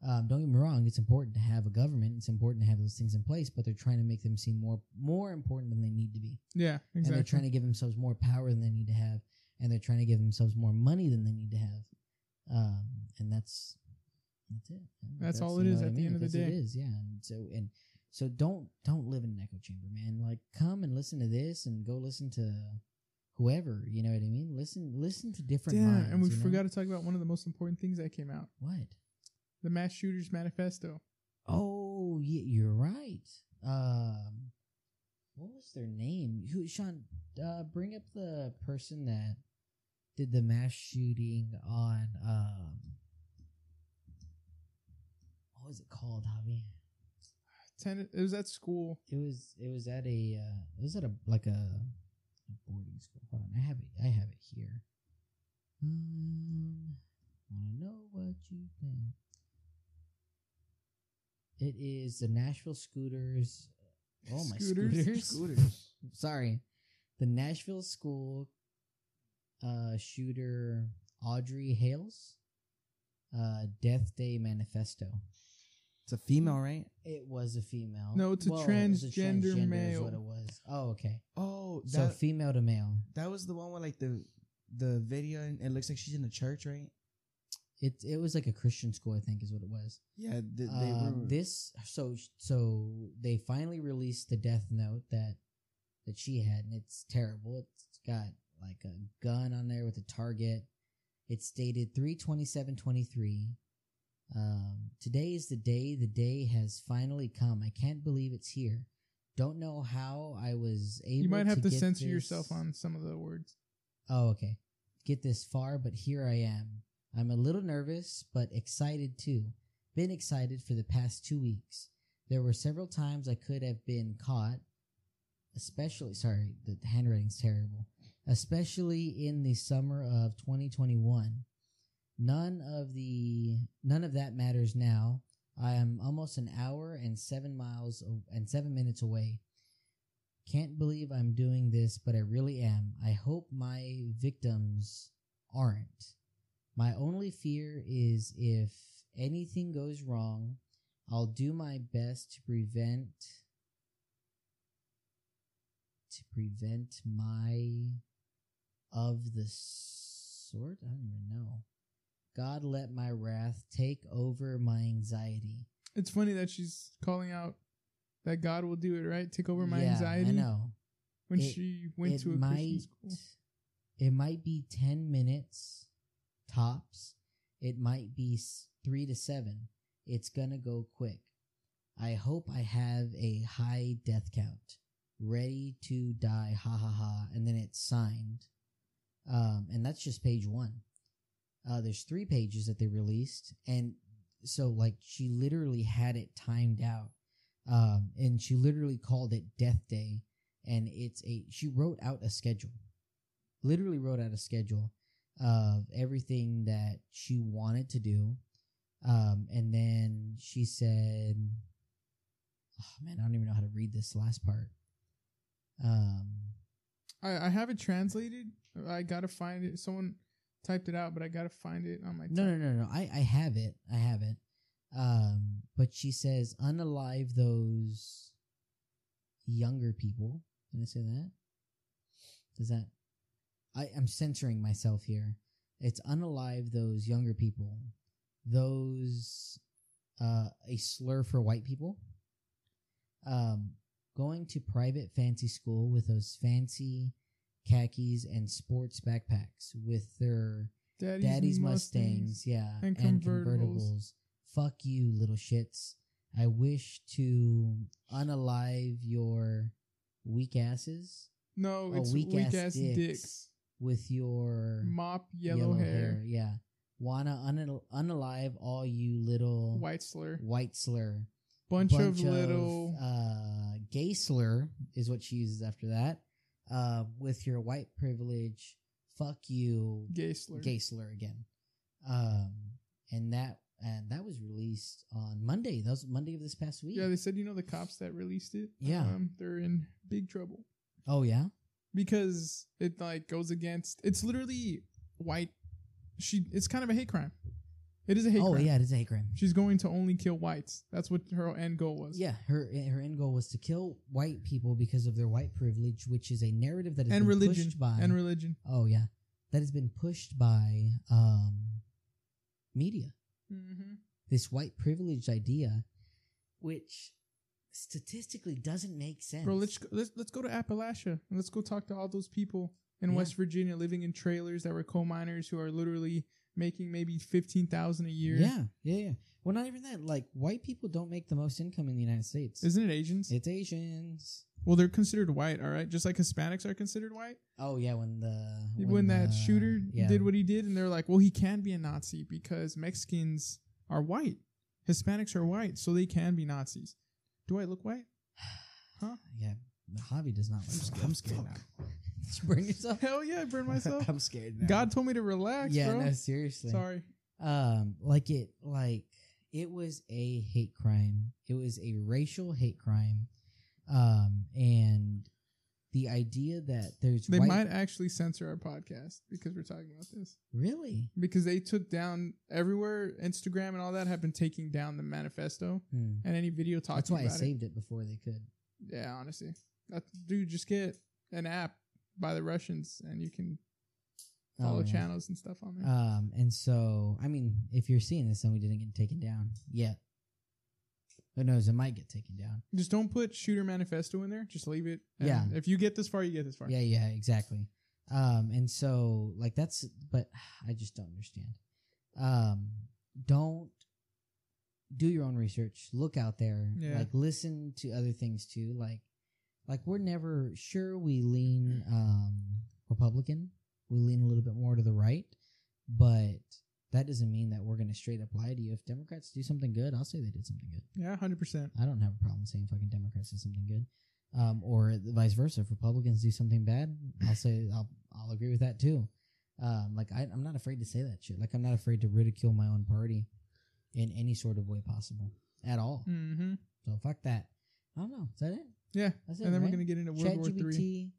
Um, don't get me wrong. It's important to have a government. It's important to have those things in place, but they're trying to make them seem more more important than they need to be.
Yeah,
and
exactly.
they're trying to give themselves more power than they need to have, and they're trying to give themselves more money than they need to have. Um, and that's that's it.
That's all it
you know
is
what
at the end of the
That's It
day.
is, yeah. And so and so don't don't live in an echo chamber, man. Like come and listen to this, and go listen to whoever. You know what I mean? Listen listen to different.
yeah,
minds,
and we
you know?
forgot to talk about one of the most important things that came out:
what.
the mass shooters manifesto.
Oh, yeah, you're right. Um, what was their name? Who, Sean? Uh, bring up the person that did the mass shooting on. Um, what was it called, Javi?
Ten, it was at school.
It was. It was at a. Uh, it was at a like a, a boarding school. Hold on, I have it. I have it here. Um, want to know what you think? It is the Nashville Scooters. Oh my
(laughs) Scooters?
scooters!
Scooters.
(laughs) Sorry, the Nashville School uh, shooter Audrey Hales uh, Death Day Manifesto.
It's a female, right?
It was a female.
No, it's a
it was a
transgender
transgender Is
male.
what it was. Oh, okay.
Oh,
So female to male.
that was the one with like the the video, and it looks like she's in the church, right?
It it was like a Christian school, I think, is what it was.
Yeah, th- they
Uh,
were-
this so so they finally released the death note that that she had, and it's terrible. It's got like a gun on there with a target. It's dated three twenty seven twenty three. Um, today is the day. The day has finally come. I can't believe it's here. Don't know how I was able.
You might have to
get
censor
this-
yourself on some of the words.
Oh, okay. Get this far, but here I am. I'm a little nervous, but excited too. Been excited for the past two weeks. There were several times I could have been caught, especially, sorry, the handwriting's terrible, especially in the summer of 2021. None of the, none of that matters now. I am almost an hour and seven miles a- and seven minutes away. Can't believe I'm doing this, but I really am. I hope my victims aren't. My only fear is if anything goes wrong, I'll do my best to prevent to prevent my of the sort. I don't even know. God let my wrath take over my anxiety.
It's funny that she's calling out that God will do it, right? Take over my
Yeah,
anxiety.
I know.
When
It-
she went to a Christian school.
It might be ten minutes tops. It might be s- three to seven. It's gonna go quick. I hope I have a high death count, ready to die. Ha ha ha! And then it's signed, um, and that's just page one. Uh, there's three pages that they released, and so like she literally had it timed out, um, and she literally called it Death Day and it's a she wrote out a schedule literally wrote out a schedule of everything that she wanted to do um and then she said oh man i don't even know how to read this last part um
I, I have it translated. I gotta find it. Someone typed it out, but I gotta find it on my.
no
tab.
no no no i i have it i have it um but she says unalive those younger people did i say that does that I, I'm censoring myself here. It's unalive those younger people, those uh, a slur for white people. Um, going to private fancy school with those fancy khakis and sports backpacks with their
Daddy's,
daddy's
Mustangs.
mustangs, yeah,
and convertibles.
Fuck you, little shits. I wish to unalive your weak asses
No,
oh,
it's
weak, ass, dicks,
dicks.
with your
Mop yellow, hair,
Yeah, wanna un- unalive all you little
white slur,
white slur,
bunch, of, little.
uh, gay slur is what she uses after that. Uh, with your white privilege, fuck you,
Gay slur.
gay slur again. Um, and that and that was released on Monday. That was Monday of this past week.
Yeah, they said you know the cops that released it.
Yeah.
um, they're in big trouble
oh yeah,
because it like goes against. It's literally white. She. It's kind of a hate crime. It is a hate
oh
crime.
yeah, it is a hate crime.
She's going to only kill whites. That's what her end goal was.
Yeah, her her end goal was to kill white people because of their white privilege, which is a narrative that has
and
been
religion
pushed by
and religion.
oh yeah, that has been pushed by um, media.
Mm-hmm.
This white privilege idea, which statistically doesn't make sense.
Bro, let's, go- let's let's go to Appalachia and let's go talk to all those people in
Yeah.
West Virginia living in trailers that were coal miners who are literally making maybe fifteen thousand a year.
yeah, yeah, yeah. Well, not even that. Like white people don't make the most income in the United States.
isn't it Asians?
it's Asians.
well, they're considered white, all right. Just like Hispanics are considered white.
Oh yeah, when the
When, that
the-
shooter
yeah.
did what he did, and they're like, well, he can be a Nazi because Mexicans are white, Hispanics are white, so they can be Nazis. Do I look white? (laughs)
yeah, the hobby does not.
I'm,
Like
scared, I'm
(laughs)
scared now.
Did you bring yourself.
Hell yeah, I burned
(laughs)
myself.
(laughs) I'm scared now.
God told me to relax,
yeah,
bro.
no, seriously.
Sorry.
um like it like it was a hate crime it was a racial hate crime um and the idea that there's
They
white
might actually censor our podcast because we're talking about this.
really.
Because they took down everywhere, Instagram and all that have been taking down the manifesto
Hmm.
and any video talking
That's why I
about it.
saved it before they could.
Yeah, honestly, that, dude, just get an app by the Russians and you can follow
Oh, yeah.
channels and stuff on there.
Um, and so, I mean, if you're seeing this, then we didn't get taken down yet. Who knows? It might get taken down.
just don't put shooter manifesto in there. Just leave it. And
Yeah.
If you get this far, you get this far.
Yeah, yeah, exactly. Um, and so, like, that's, but I just don't understand. Um, don't do your own research. Look out there.
Yeah.
Like, listen to other things too. Like, like we're never sure we lean um, Republican. We lean a little bit more to the right, but that doesn't mean that we're going to straight up lie to you. If Democrats do something good, I'll say they did something good.
Yeah, hundred percent.
I don't have a problem saying fucking Democrats did something good, um, or the vice versa. If Republicans do something bad, I'll say I'll I'll agree with that too. Um, like I, I'm not afraid to say that shit. Like I'm not afraid to ridicule my own party in any sort of way possible at all.
Mm-hmm.
So fuck that. I don't know. Is that it?
Yeah.
That's it,
and then we're
right?
gonna get into World
Chat
War Three.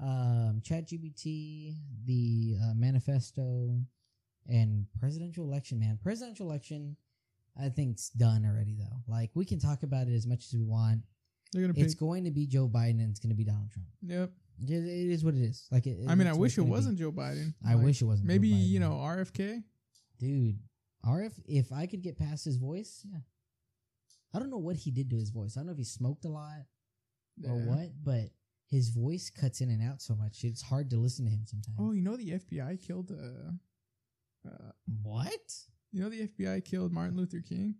GBT, um, Chat GBT, the uh, manifesto, and presidential election. Man, presidential election, I think's done already. Though, like we can talk about it as much as we want.
They're gonna
It's
pick.
going to be Joe Biden. and It's going to be Donald Trump.
Yep.
It, it is what it is. Like, it,
I mean, I
it's what
wish
it's
it
gonna be.
wasn't Joe Biden.
I
Like,
wish it wasn't. Joe
Maybe
Biden.
you know RFK.
dude, RF. If I could get past his voice, yeah. I don't know what he did to his voice. I don't know if he smoked a lot or
Yeah.
what, but his voice cuts in and out so much. It's hard to listen to him sometimes.
Oh, you know the FBI killed. Uh, uh,
What?
you know the FBI killed Martin Luther King.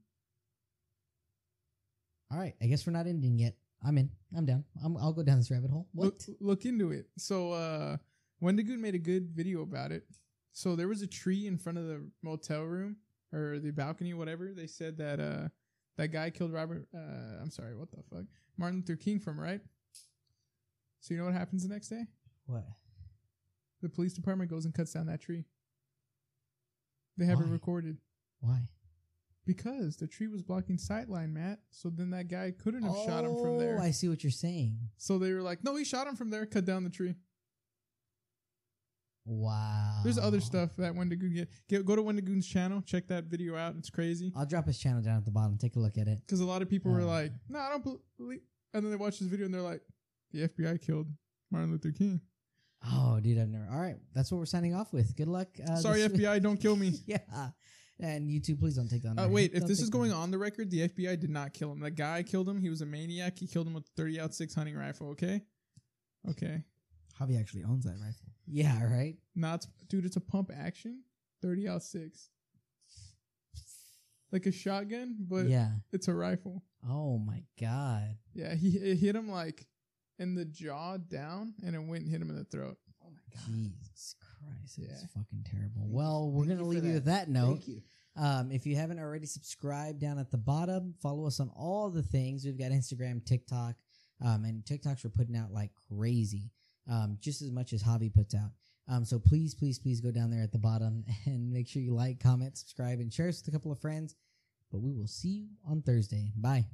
All right. I guess we're not ending yet. I'm in. I'm down. I'm, I'll go down this rabbit hole. What?
Look, look into it. So uh Wendigoon made a good video about it. So there was a tree in front of the motel room or the balcony, whatever. They said that uh that guy killed Robert uh I'm sorry, what the fuck? Martin Luther King from right? So you know what happens the next day?
What?
The police department goes and cuts down that tree. They have it
Why?
recorded.
Why?
Because the tree was blocking sightline, Matt. So then that guy couldn't have shot him from there.
Oh, I see what you're saying.
so they were like, No, he shot him from there, cut down the tree.
Wow.
There's other stuff that Wendigoon get, get go to Wendigoon's channel, check that video out. It's crazy
I'll drop his channel down at the bottom. Take a look at it.
because a lot of people were
Uh.
like, "No, I don't believe," and then they watch this video and they're like, "The FBI killed Martin Luther King."
Oh, dude, I've never. All right, that's what we're signing off with. Good luck. Uh,
Sorry,
this week.
FBI, don't kill me.
(laughs) yeah, and you too. Please don't take that. on
Uh,
there.
wait, if
Don't
this
take
is
that
going on the record, the FBI did not kill him. The guy killed him. He was a maniac. He killed him with a 30 out six hunting rifle. Okay, okay.
Javi actually owns that rifle.
Yeah. Right.
Not dude. It's a pump action 30 out six, like a shotgun, but
yeah.
it's a rifle.
Oh my god.
Yeah, he it hit him like in the jaw down, and it went and hit him in the throat.
Oh my
Jesus Christ, it's
Yeah.
fucking terrible.
Thank you-
Well, we're
thank
gonna
you for
leave you
that.
with that note.
Thank you.
Um, if you haven't already subscribed down at the bottom, follow us on all the things. We've got Instagram, TikTok, um, and TikToks we're putting out like crazy, um, just as much as Hobby puts out. Um, so please, please, please go down there at the bottom (laughs) and make sure you like, comment, subscribe, and share us with a couple of friends. But we will see you on Thursday. Bye.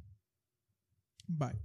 Bye.